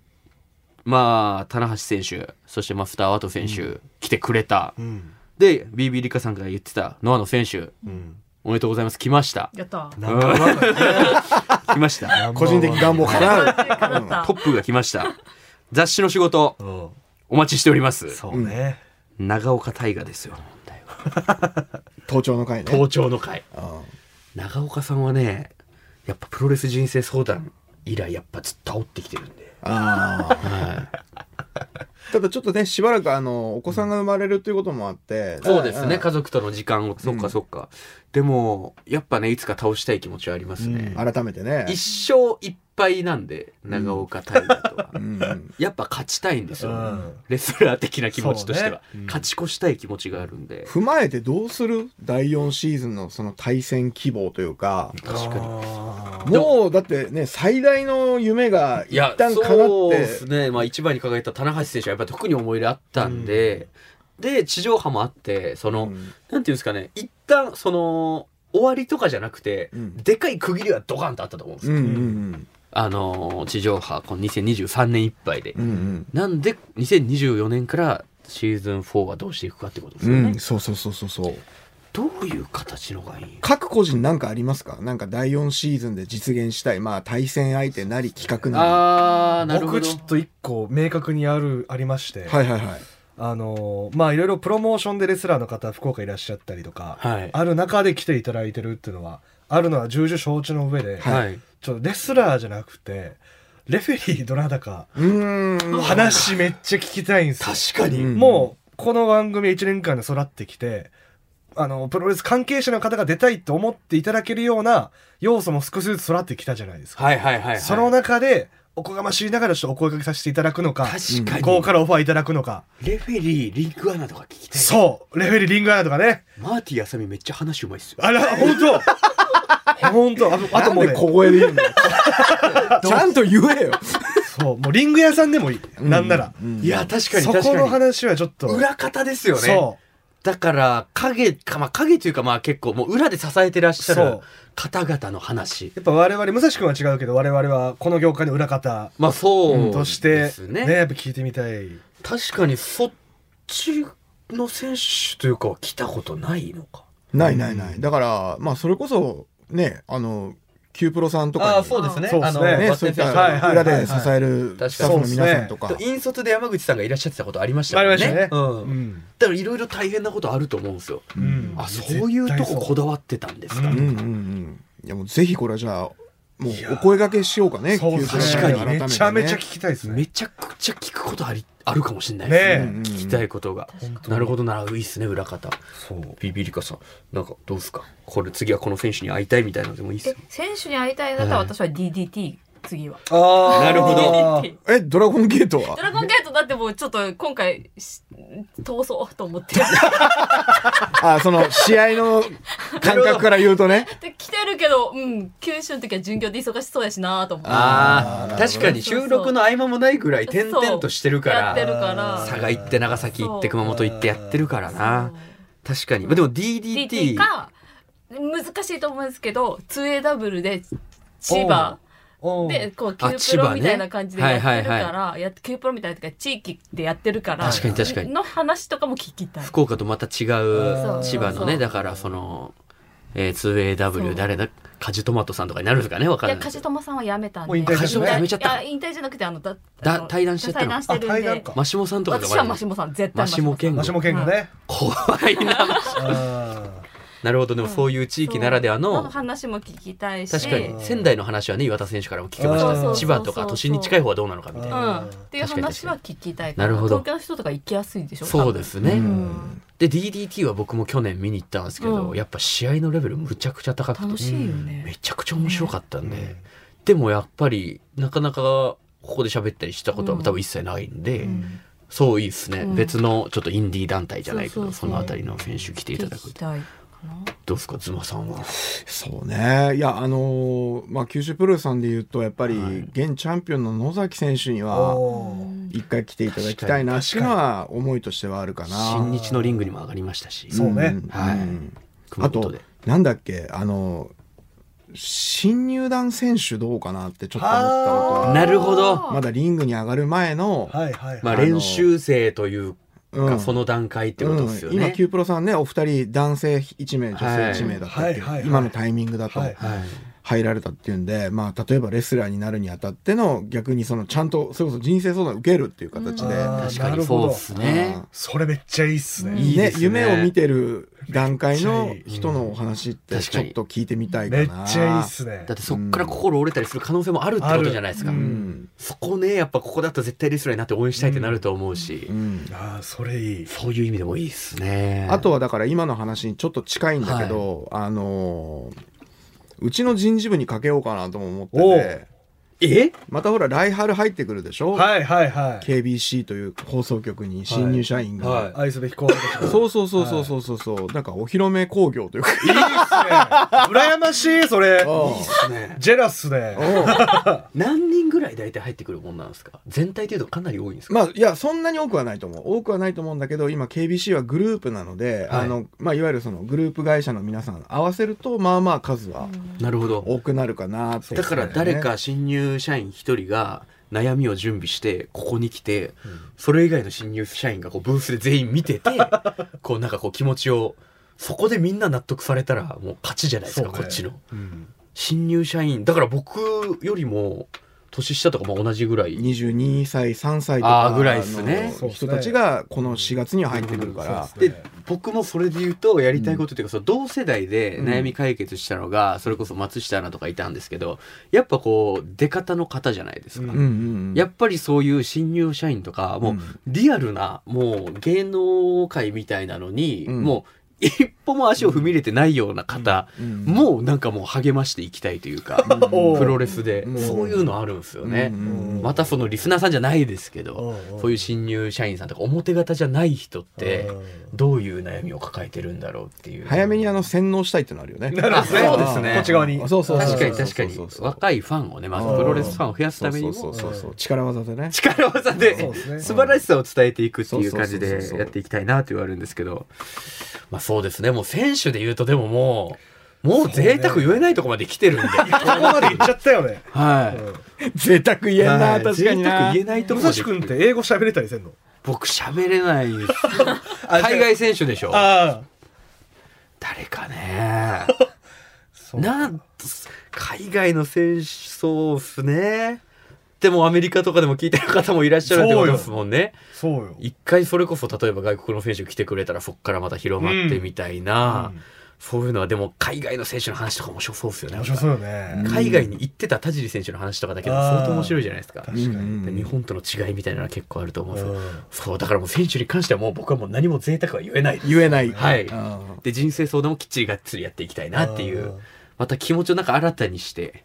Speaker 1: まあ棚橋選手そしてマスター・ワト選手、来てくれた
Speaker 4: うん
Speaker 1: で BB リカさんが言ってたノアの選手
Speaker 4: うん
Speaker 1: おめでとうございます来ました
Speaker 3: やった
Speaker 4: ナンバーワンだね
Speaker 1: 来ました
Speaker 2: 個人的願望か
Speaker 3: 叶っ
Speaker 2: な。
Speaker 3: た
Speaker 1: トップが来ました。雑誌の仕事、
Speaker 4: うん
Speaker 1: お待ちしております。
Speaker 4: そうね
Speaker 1: 長岡大河ですよ。
Speaker 2: 盗聴の会ね。
Speaker 1: 盗聴の会。
Speaker 2: うん
Speaker 1: 長岡さんはね、やっぱプロレス人生相談以来、やっぱずっと煽ってきてるんで。
Speaker 2: ああ。ただちょっとね、しばらくあの、お子さんが生まれるということもあって。
Speaker 1: そうですね、
Speaker 2: ん
Speaker 1: 家族との時間を。そっかそっか。でも、やっぱね、いつか倒したい気持ちはありますね。
Speaker 2: 改めてね。
Speaker 1: 一生いっぱいなんで、長岡大河とは。
Speaker 2: うん
Speaker 1: やっぱ勝ちたいんですよ、
Speaker 4: うん
Speaker 1: レスラー的な気持ちとしては、
Speaker 4: そうねうん
Speaker 1: 勝ち越したい気持ちがあるんで
Speaker 2: 踏まえてどうする第4シーズンのその対戦希望というか。
Speaker 1: 確かに
Speaker 4: に
Speaker 2: もうだってね、最大の夢が
Speaker 1: い
Speaker 2: 一
Speaker 1: や、
Speaker 2: 旦叶
Speaker 1: そう
Speaker 2: っ
Speaker 1: です
Speaker 2: て。
Speaker 1: ね。まあ一番に輝いた棚橋選手はやっぱり特に思い入れあったんで、で、地上波もあって、その、
Speaker 2: うん
Speaker 1: なんていうんですかね、一旦、その、終わりとかじゃなくて、
Speaker 2: うん
Speaker 1: でかい区切りはドカンとあったと思うんです
Speaker 2: うん
Speaker 1: よ。
Speaker 2: うん
Speaker 1: あのー、地上波、この2023年いっぱいで。
Speaker 2: うん。うん
Speaker 1: なんで、2024年からシーズン4はどうしていくかってことです
Speaker 2: う
Speaker 1: よ
Speaker 2: ん。
Speaker 1: ね。
Speaker 2: うん、そうそうそうそうそう。
Speaker 1: どういう形のがいい
Speaker 2: 各個人なんかありますかなんか第4シーズンで実現したい、まあ対戦相手なり企画な
Speaker 1: あー、なるほ
Speaker 4: 僕
Speaker 1: ど
Speaker 4: ちょ。っと一個明確にあるありまして、
Speaker 2: り。はいはいはい。
Speaker 4: あのーまあいろいろプロモーションでレスラーの方福岡いらっしゃったりとか、
Speaker 1: はい。
Speaker 4: ある中で来ていただいてるっていうのはあるのは重々承知の上で、
Speaker 1: はい。
Speaker 4: ちょっとレスラーじゃなくてレフェリーどなたか
Speaker 2: うーん。
Speaker 4: 話めっちゃ聞きたいんですよ
Speaker 1: 確かに。
Speaker 2: うん
Speaker 4: もうこの番組1年間で育ってきてあのプロレス関係者の方が出たいと思っていただけるような要素も少しずつ育ってきたじゃないですか、
Speaker 1: はいはいはい、はい。
Speaker 4: その中でおこがましいながらちょっとお声掛けさせていただくのか
Speaker 1: 確か
Speaker 4: 向
Speaker 1: に。
Speaker 4: こうからオファーいただくのか
Speaker 1: レフェリー、リンクアナとか聞きたい。
Speaker 4: そうレフェリーリングアナとかね
Speaker 1: マーティーあさみめっちゃ話うまいっすよ。
Speaker 4: あら本当本当あとあ
Speaker 2: あ
Speaker 4: と
Speaker 2: と
Speaker 4: もう
Speaker 2: で
Speaker 4: ね
Speaker 2: 小声 で言うんだよ。ちゃんと言えよ。
Speaker 4: そうもうリング屋さんでもいい、 なんなら、
Speaker 2: うん
Speaker 1: いや、確かに
Speaker 4: そ
Speaker 1: 確
Speaker 4: この
Speaker 1: かに。
Speaker 4: 話はちょっと
Speaker 1: 裏方ですよね。
Speaker 4: そう
Speaker 1: だから、影か、まあ影というかまあ結構もう裏で支えてらっしゃ
Speaker 4: そ
Speaker 1: る
Speaker 4: う
Speaker 1: 方々の話。
Speaker 4: やっぱ我々武蔵君は違うけど我々はこの業界の裏方
Speaker 1: まあそう
Speaker 4: と
Speaker 1: で
Speaker 4: して
Speaker 1: す
Speaker 4: ね
Speaker 1: ね。
Speaker 4: やっぱ聞いてみたい
Speaker 1: 確かにそっちの選手というかは来たことないのか。
Speaker 2: ないないない。だから、まあ、それこそ、ね、あの、キュープロさんとかに
Speaker 5: ああ、そうですね。
Speaker 4: そうで
Speaker 5: あ
Speaker 4: すね
Speaker 5: の、バ
Speaker 2: ね、
Speaker 5: ッ
Speaker 2: そう
Speaker 5: テ
Speaker 2: い
Speaker 5: ン
Speaker 2: っ
Speaker 5: 選手
Speaker 4: はいはい
Speaker 2: た裏で支える
Speaker 1: はい
Speaker 2: スタッフの皆さんとか。
Speaker 1: と引率で山口さんがいらっしゃってたことありましたもんね。
Speaker 4: ありましたね
Speaker 1: うん
Speaker 4: うん
Speaker 1: だからいろいろ大変なことあると思うんですよ。
Speaker 2: うん
Speaker 1: あそういうとここだわってたんですか。
Speaker 4: う
Speaker 2: うんんうんうん。いや、もうぜひこれはじゃあ、もう
Speaker 4: いや
Speaker 2: お声掛けしようかね、
Speaker 4: そう
Speaker 2: キュープロ
Speaker 4: です
Speaker 2: さん
Speaker 4: ね
Speaker 1: 確
Speaker 4: 確かにめちゃめちゃ聞きたいですね
Speaker 1: めちゃくちゃ聞くことありあるかもしれない
Speaker 4: ね
Speaker 1: ですね。
Speaker 4: え
Speaker 2: うんう
Speaker 1: 聞
Speaker 2: ん
Speaker 1: きたいことが。なるほどならいいですね裏方。
Speaker 4: そう
Speaker 1: ビビリカさんなんかどうですか。これ次はこの選手に会いたいみたいなのでもいいです
Speaker 3: え
Speaker 1: よ。
Speaker 3: 選手に会いたいんだったら私は DDT 次は
Speaker 4: ああ
Speaker 1: なるほど
Speaker 3: DDT
Speaker 2: え、ドラゴンゲートは
Speaker 3: ドラゴンゲートだってもうちょっと今回し通そう と思って
Speaker 2: あ、その、試合の感覚から言うとね。
Speaker 3: で来てるけどうん九州の時は巡業で忙しそうやしなと思って
Speaker 1: あ
Speaker 2: あ
Speaker 1: あ
Speaker 2: ー
Speaker 1: 確かに収録の合間もないぐらい
Speaker 3: そう
Speaker 1: 点々としてるか
Speaker 3: やってる
Speaker 1: ら。
Speaker 3: から
Speaker 1: 佐賀行って長崎行って
Speaker 3: そう
Speaker 1: 熊本行ってやってるからな
Speaker 3: そう
Speaker 1: 確かにまあでも
Speaker 3: DT
Speaker 1: DDT
Speaker 3: か難しいと思うんですけど 2AW で千葉
Speaker 4: おう
Speaker 3: でこうキ
Speaker 1: あ
Speaker 3: ュープ
Speaker 1: 千葉
Speaker 3: ロ
Speaker 1: ね
Speaker 3: みたいな感じでやってる
Speaker 1: はい
Speaker 3: か
Speaker 1: は
Speaker 3: らやっキュープロみたいなとか地域でやってるから
Speaker 1: 確かに確かに
Speaker 3: の話とかも聞きたい
Speaker 1: 福岡とまた違う
Speaker 3: う
Speaker 1: 千葉の
Speaker 3: そうそ
Speaker 1: ね
Speaker 3: う
Speaker 1: だからその、えー、
Speaker 3: そ
Speaker 1: 2AW
Speaker 3: う
Speaker 1: 誰だカジトマトさんとかになるのかねわか
Speaker 3: い
Speaker 1: らな
Speaker 3: や
Speaker 1: い
Speaker 3: 梶友さんは辞めたん
Speaker 4: もう
Speaker 3: で
Speaker 4: 引退
Speaker 1: しちゃった
Speaker 3: いや
Speaker 1: 辞めちゃった
Speaker 3: いや引退じゃなくてあのだ
Speaker 1: だ
Speaker 3: あの
Speaker 1: 対談しちゃったの
Speaker 3: 対談してるんで
Speaker 4: あ対談か
Speaker 1: マシモさんとかと
Speaker 3: 私はマシモさん絶対
Speaker 1: マシモ健吾
Speaker 4: マシモケンがね
Speaker 1: 怖いな
Speaker 4: あ
Speaker 1: なるほどでもそういう地域ならでは
Speaker 3: そう
Speaker 1: の
Speaker 3: 話も聞きたいし
Speaker 1: 確かに
Speaker 4: ん
Speaker 1: 仙台の話はね岩田選手からも聞きました
Speaker 4: うんそうそうそう
Speaker 1: ね
Speaker 4: そう
Speaker 1: 千葉とか都心に近い方はどうなのかみたい
Speaker 3: うん
Speaker 1: な
Speaker 4: あー
Speaker 3: っていう話は聞きたい
Speaker 1: なるほど
Speaker 3: 東京の人とか行きやすいでしょ
Speaker 1: そうですすね、
Speaker 3: うん
Speaker 1: で DDT は僕も去年見に行ったんですけど、
Speaker 3: うん
Speaker 1: やっぱ試合のレベルむちゃくちゃ高くて
Speaker 3: 楽しいよね
Speaker 1: めちゃくちゃ面白かったんで、
Speaker 4: ね
Speaker 1: でもやっぱりなかなかここで喋ったりしたことは多分一切ないんで、
Speaker 3: ん
Speaker 1: そういいですね、
Speaker 3: うん
Speaker 1: 別のちょっとインディー団体じゃないけどそ
Speaker 3: そ
Speaker 1: う
Speaker 3: そうそう
Speaker 1: のあたりの選手来ていただ
Speaker 3: 聞
Speaker 1: く
Speaker 3: きたいかな
Speaker 1: どうですかズマさんは
Speaker 2: そうね。いや、あのーまあ、九州プロレスさんで言うと、やっぱり
Speaker 1: はい、
Speaker 2: 現チャンピオンの野崎選手には、
Speaker 4: おー
Speaker 2: 一回来ていただきたいな、っていうのは、思いとしてはあるかな。
Speaker 1: 新日のリングにも上がりましたし
Speaker 4: そうね
Speaker 2: ん
Speaker 1: はい
Speaker 2: うん
Speaker 1: 熊
Speaker 2: あ
Speaker 1: 本
Speaker 2: と
Speaker 1: で、
Speaker 2: なんだっけ、あの、新入団選手どうかなってちょっと思ったこと
Speaker 4: あー
Speaker 2: は、
Speaker 1: なるほど
Speaker 3: あ
Speaker 2: まだリングに上がる前の、
Speaker 4: はいはい
Speaker 1: まあ
Speaker 2: あの
Speaker 1: 練習生という
Speaker 2: う
Speaker 1: か
Speaker 2: ん
Speaker 1: その段階ってことですよね、
Speaker 2: うん今、キュープロさんね、お二人、男性1名、女性1名だったっていう、
Speaker 4: はいはいはいはい
Speaker 2: 今のタイミングだと
Speaker 4: はい
Speaker 1: はい
Speaker 2: 入られたっていうんで、まあ、例えばレスラーになるにあたっての、逆にその、ちゃんと、それこそ人生相談を受けるっていう形で、
Speaker 4: うんあー
Speaker 1: 確かにそうですね
Speaker 4: それめっちゃいいっすね
Speaker 1: いいですね
Speaker 2: 夢を見てる段階
Speaker 4: めっ
Speaker 2: の
Speaker 4: ちゃいい
Speaker 2: 人のお話って、
Speaker 1: 確
Speaker 2: ち
Speaker 1: か
Speaker 2: ょ
Speaker 1: に
Speaker 2: っと聞いてみたいか
Speaker 4: め
Speaker 2: な。
Speaker 4: っちゃいいっすね
Speaker 1: だってそっから心折れたりする可能性もあるってことじゃないですか、
Speaker 4: ある
Speaker 2: う
Speaker 4: うん
Speaker 2: ん。
Speaker 1: そこねやっぱここだったら絶対レスラーになって応援したいってなると思うし、
Speaker 2: うん
Speaker 4: ああそれいい
Speaker 1: そういう意味でもいいですね
Speaker 2: あとはだから今の話にちょっと近いんだけど、あのーうちの人事部にかけようかなとも思って
Speaker 4: お
Speaker 2: て
Speaker 4: う、
Speaker 1: え
Speaker 2: またほら、来春入ってくるでしょ、
Speaker 4: はいはいはい
Speaker 2: ?KBC という放送局に新入社員が。
Speaker 1: はい
Speaker 4: 愛すべき後輩たち
Speaker 2: そうそうそうそうそうそうそう、なんかお披露目興行というか。
Speaker 4: いいっすね羨ましいそれ
Speaker 1: ね
Speaker 4: ジェラスで
Speaker 2: うん
Speaker 1: 何人ぐらい大体入ってくるもんなんですか全体というとかなり多いんですか、
Speaker 2: まあ、いや、そんなに多くはないと思う。多くはないと思うんだけど、今 KBC はグループなので、
Speaker 1: はい
Speaker 2: あの、まあ、いわゆるそのグループ会社の皆さん合わせると、まあまあ数は
Speaker 1: なるほど
Speaker 2: 多くなるかなって、
Speaker 1: だから誰か新入社員一人が悩みを準備してここに来て、それ以外の新入社員がこうブースで全員見ててこうなんかこう気持ちをそこでみんな納得されたらもう勝ちじゃないですか、
Speaker 4: そうね
Speaker 1: こっちの新入社員だから僕よりも年下とかも同じぐらい
Speaker 2: 22歳3歳と
Speaker 1: あ
Speaker 2: か
Speaker 1: ーぐらいっすね
Speaker 2: の人たちがこの4月には入ってくるから
Speaker 4: そうっすね
Speaker 1: で僕もそれで言うとやりたいことというか、その同世代で悩み解決したのが、それこそ松下アナとかいたんですけどやっぱこう出方の方じゃないですか、
Speaker 2: うん
Speaker 4: う
Speaker 2: うんうん
Speaker 1: やっぱりそういう新入社員とかもう
Speaker 2: うん
Speaker 1: リアルなもう芸能界みたいなのに、
Speaker 2: うん
Speaker 1: もう一歩も足を踏み入れてないような方、
Speaker 2: うん
Speaker 1: もうなんかもう励ましていきたいという か、
Speaker 4: おう
Speaker 1: プロレスで、
Speaker 2: うん
Speaker 1: そういうのあるんですよね。
Speaker 2: うんうん
Speaker 4: うん
Speaker 1: またそのリスナーさんじゃないですけど、
Speaker 4: うんうん
Speaker 1: そういう新入社員さんとか表方じゃない人って
Speaker 4: うん
Speaker 1: どういう悩みを抱えてるんだろうっていう
Speaker 2: 早めにあの洗脳したいってのあるよね
Speaker 4: なるほどね
Speaker 1: あそうですね
Speaker 4: こっち側に
Speaker 2: あそうそうそう
Speaker 1: 確かに確かに
Speaker 2: そうそうそう
Speaker 1: 若いファンをねまず
Speaker 4: うん
Speaker 1: プロレスファンを増やす
Speaker 2: そ
Speaker 1: た
Speaker 2: う
Speaker 1: め
Speaker 2: そ
Speaker 1: に
Speaker 2: うそう
Speaker 1: も
Speaker 2: そうそう力技でね
Speaker 1: 力技
Speaker 4: そう
Speaker 1: で
Speaker 4: ですね
Speaker 1: 素晴らしさを伝えていくっていう感じ
Speaker 2: そうそう
Speaker 1: で
Speaker 2: そうそう
Speaker 1: やっていきたいなと言われるんですけどまあそうですねもう選手で言うとでももうもう贅沢言えないとこまで来てるんで、
Speaker 4: ここまで行っちゃったよね
Speaker 1: はい。
Speaker 2: 贅沢言えん
Speaker 1: は
Speaker 2: ない確かに
Speaker 1: 贅沢
Speaker 2: な
Speaker 1: 言えないと
Speaker 4: 武
Speaker 1: こま
Speaker 4: 蔵
Speaker 1: で来
Speaker 4: 君って
Speaker 1: る
Speaker 4: 英語喋れたりせんの
Speaker 1: 僕喋れないです
Speaker 4: あじゃあ
Speaker 1: 海外選手でしょ
Speaker 4: ああ
Speaker 1: 誰かね
Speaker 4: そう
Speaker 1: なん海外の選手そうっすねでもアメリカとかでも聞いてる方もいらっしゃるってことですもんね
Speaker 4: そうよ
Speaker 1: 一回それこそ例えば外国の選手来てくれたらそっからまた広まってみたいな、
Speaker 4: うん
Speaker 1: そういうのはでも海外の選手の話とか面白そうですよね
Speaker 4: 面白そうよね
Speaker 2: ん
Speaker 1: 海外に行ってた田尻選手の話とかだけでも相当面白いじゃないですか
Speaker 4: あー確かに
Speaker 1: で日本との違いみたいなのは結構あると思うんですよ、
Speaker 4: うん
Speaker 1: そうだからもう選手に関してはもう僕はもう何も贅沢は言えない
Speaker 2: 言えない。
Speaker 1: はい
Speaker 2: うん
Speaker 1: で人生相談もきっちりがっつりやっていきたいなっていううんまた気持ちをなんか新たにして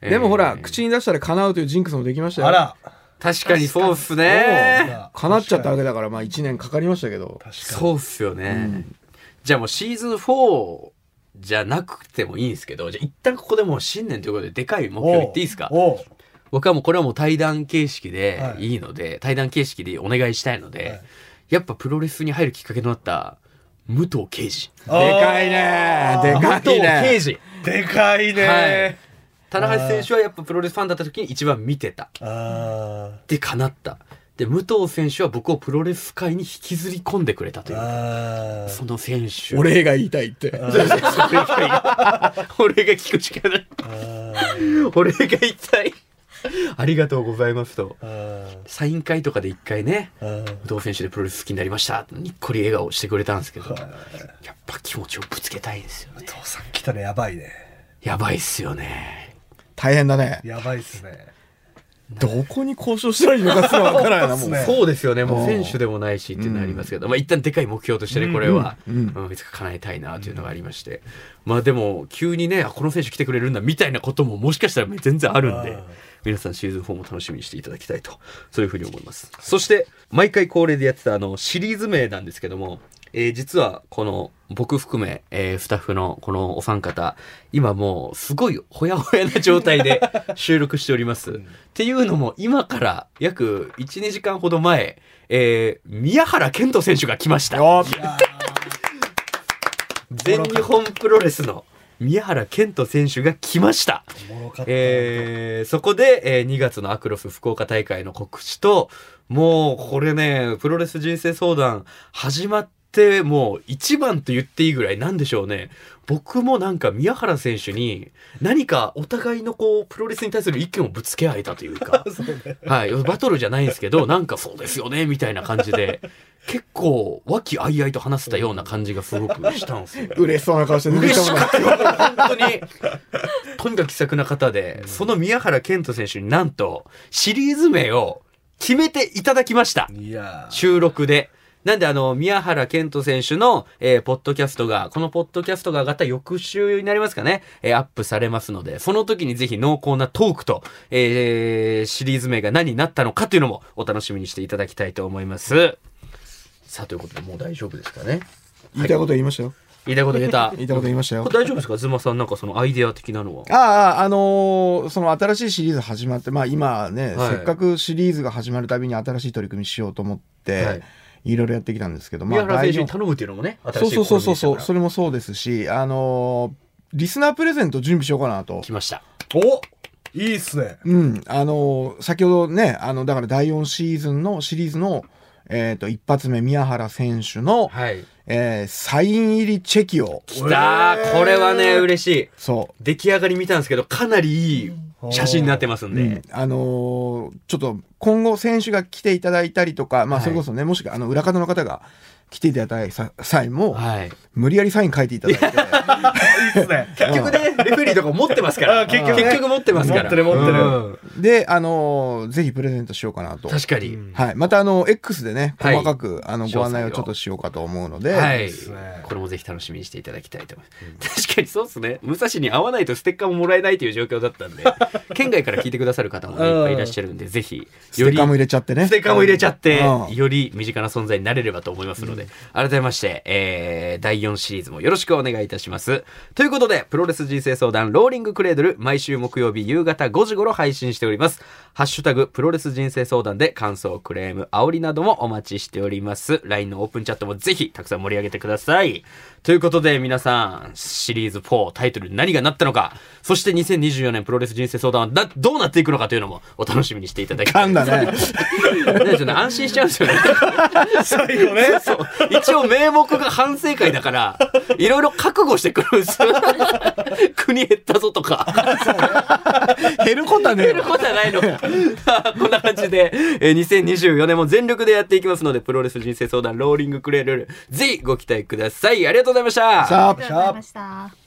Speaker 2: でもほら、
Speaker 1: えー
Speaker 2: 口に出したら叶うというジンクスもできましたよ。
Speaker 4: あら
Speaker 1: 確かにそうっすね
Speaker 2: 叶っちゃったわ
Speaker 4: 確
Speaker 2: けだから、まあ1年かかりましたけど。
Speaker 4: かに
Speaker 1: そうっすよね、
Speaker 2: うん
Speaker 1: じゃあもうシーズン4じゃなくてもいいんですけどじゃあ一旦ここでもう新年ということででかい目標言っていいですか
Speaker 4: おう
Speaker 1: 僕はもうこれはもう対談形式で
Speaker 4: はい
Speaker 1: いいので、対談形式でお願いしたいので、
Speaker 4: はい
Speaker 1: やっぱプロレスに入るきっかけとなった武藤敬司
Speaker 4: おう
Speaker 2: でかいねで
Speaker 1: 武
Speaker 2: か
Speaker 1: 藤敬
Speaker 2: いね
Speaker 1: 司
Speaker 4: でかいね
Speaker 1: 棚橋選手はやっぱプロレスファンだった時に一番見てた
Speaker 4: あ
Speaker 1: で叶ったで武藤選手は僕をプロレス界に引きずり込んでくれたと
Speaker 4: ー
Speaker 1: いう
Speaker 4: あ
Speaker 1: その選手
Speaker 2: お礼が言いたいって。
Speaker 1: 俺が聞くしかない 俺が痛いありがとうございますと
Speaker 4: ー
Speaker 1: サイン会とかで一回ね
Speaker 4: あー
Speaker 1: 武藤選手でプロレス好きになりましたにっこり笑顔してくれたんですけどやっぱ気持ちをぶつけたいですよね
Speaker 4: 父さん来たらやばいね
Speaker 1: やばいっすよね
Speaker 2: 大変だね。
Speaker 4: やばいっすね
Speaker 2: どこに交渉したらいいのかすらわからないな、もう。
Speaker 4: ね
Speaker 1: そうですよねも
Speaker 2: う
Speaker 1: うん選手でもないしっていうのはありますけど、まあ一旦でかい目標としてねこれは、う
Speaker 2: うんん
Speaker 1: いつか叶えたいなというのがありまして、まあでも急にねあこの選手来てくれるんだみたいなことももしかしたら全然あるんで
Speaker 4: うん
Speaker 1: 皆さんシーズン4も楽しみにしていただきたいとそういうふうに思いますそして毎回恒例でやってたあのシリーズ名なんですけどもえー実はこの僕含め、えースタッフのこのお三方今もうすごいほやほやな状態で収録しております、っていうのも今から約12時間ほど前、えー宮原健人選手が来ました
Speaker 2: よっ
Speaker 1: 全日本プロレスの宮原健人選手が来ました
Speaker 4: おもろかった
Speaker 1: えーそこで、えー2月のアクロス福岡大会の告知と、もうこれね、プロレス人生相談始まってもう一番と言っていいぐらいなんでしょうね。僕もなんか宮原選手に何かお互いのこう、プロレスに対する意見をぶつけ合えたというか、
Speaker 4: そうね
Speaker 1: はい、バトルじゃないんですけど、なんかそうですよね、みたいな感じで、結構和気あいあいと話せたような感じがすごくしたんですよ。
Speaker 2: 嬉しそうな顔して抜け
Speaker 1: 嬉
Speaker 2: た
Speaker 1: し
Speaker 2: もん
Speaker 1: か
Speaker 2: な
Speaker 1: ったよ本当に。 とにかく気さくな方で、その宮原健人選手になんと、シリーズ名を決めていただきました。
Speaker 4: いやー
Speaker 1: 収録で。なんであの、宮原健人選手の、えーポッドキャストが、このポッドキャストが上がった翌週になりますかね、えーアップされますので、その時にぜひ濃厚なトークと、えーシリーズ名が何になったのかというのもお楽しみにしていただきたいと思います。さあ、ということでもう大丈夫ですかね
Speaker 2: 言いたいこと言いましたよ。
Speaker 1: 言いたいこと言え た。
Speaker 2: 言いたいこと言いましたよ
Speaker 1: こ。れ大丈夫ですかズマさんなんかそのアイデア的なのは。
Speaker 2: ああ、あのーその新しいシリーズ始まって、まあ今ね、
Speaker 1: はい
Speaker 2: せっかくシリーズが始まるたびに新しい取り組みしようと思って、
Speaker 1: はい
Speaker 2: い、ろいろやってきたんですけど、ま
Speaker 1: 宮
Speaker 2: あ
Speaker 1: 原選手
Speaker 2: の
Speaker 1: に頼むっていうのもね、新
Speaker 2: そう
Speaker 1: しい
Speaker 2: そうそうそうそ
Speaker 1: 試みでし
Speaker 2: う、
Speaker 1: たか
Speaker 2: それもそうですし、あのーリスナープレゼント準備しようかなと
Speaker 1: ら。来ました。
Speaker 4: おいいっすね
Speaker 2: うん、あのー先ほどね、あの、だから第4シーズンのシリーズの、えっ、と、一発目、宮原選手の、
Speaker 1: はい。
Speaker 2: えーサイン入りチェキを、
Speaker 1: 来たー
Speaker 4: えー
Speaker 1: これはね、嬉しい。
Speaker 2: そう、
Speaker 1: 出来上がり見たんですけど、かなりいい写真になってますん
Speaker 2: うん
Speaker 1: で。
Speaker 2: あのーちょっと今後選手が来ていただいたりとか、まあ、
Speaker 1: はい
Speaker 2: それこそね、もしくはあの裏方の方が来ていただいた際も、
Speaker 1: はい。
Speaker 2: 無理やりサイン書いていただいて、
Speaker 4: いいっすね
Speaker 1: 結局ね、レフェリーとか持ってますから。
Speaker 4: あ結局ね
Speaker 1: 結局持ってますから。
Speaker 4: 持ってる持ってる
Speaker 1: うん
Speaker 2: で、あのーぜひプレゼントしようかなと。
Speaker 1: 確かに。
Speaker 2: はい、またあの X でね
Speaker 1: はい
Speaker 2: 細かく、あのご案内
Speaker 1: 詳
Speaker 2: を
Speaker 1: 細を
Speaker 2: ちょっとしようかと思うので、
Speaker 1: はい
Speaker 4: すね。
Speaker 1: これもぜひ楽しみにしていただきたいと思います。 確かにそうですね。武蔵に会わないとステッカーももらえないという状況だったんで、県外から聞いてくださる方もねいっぱいいらっしゃるんで、ぜひ、
Speaker 2: ステッカーも入れちゃってね
Speaker 1: ステッカーも入れちゃって、
Speaker 2: うん
Speaker 1: より身近な存在になれればと思いますので、改めまして、えー、第4シリーズもよろしくお願いいたします。ということで、プロレス人生相談、ローリングクレードル、毎週木曜日夕方5時頃配信しております。ハッシュタグ、プロレス人生相談で感想、クレーム、煽りなどもお待ちしております。LINE のオープンチャットもぜひ、たくさん盛り上げてください。ということで、皆さん、シリーズ4、タイトル何がなったのか、そして2024年プロレス人生相談はなどうなっていくのかというのもお楽しみにしていただきたい
Speaker 2: 噛んだね
Speaker 1: なんでしょうね、安心しちゃうんですよね。
Speaker 4: 最後ね。そう。
Speaker 1: 一応名目が反省会だから、いろいろ覚悟してくるんですよ。 国減ったぞとか。
Speaker 2: 減ることはねえ
Speaker 1: 減る
Speaker 2: わ
Speaker 1: ことはないのか。 こんな感じで、えー2024年も全力でやっていきますので、プロレス人生相談、ローリングクレール、ぜひご期待ください。ありがとうございました。
Speaker 2: さあ
Speaker 3: ありがとうございました。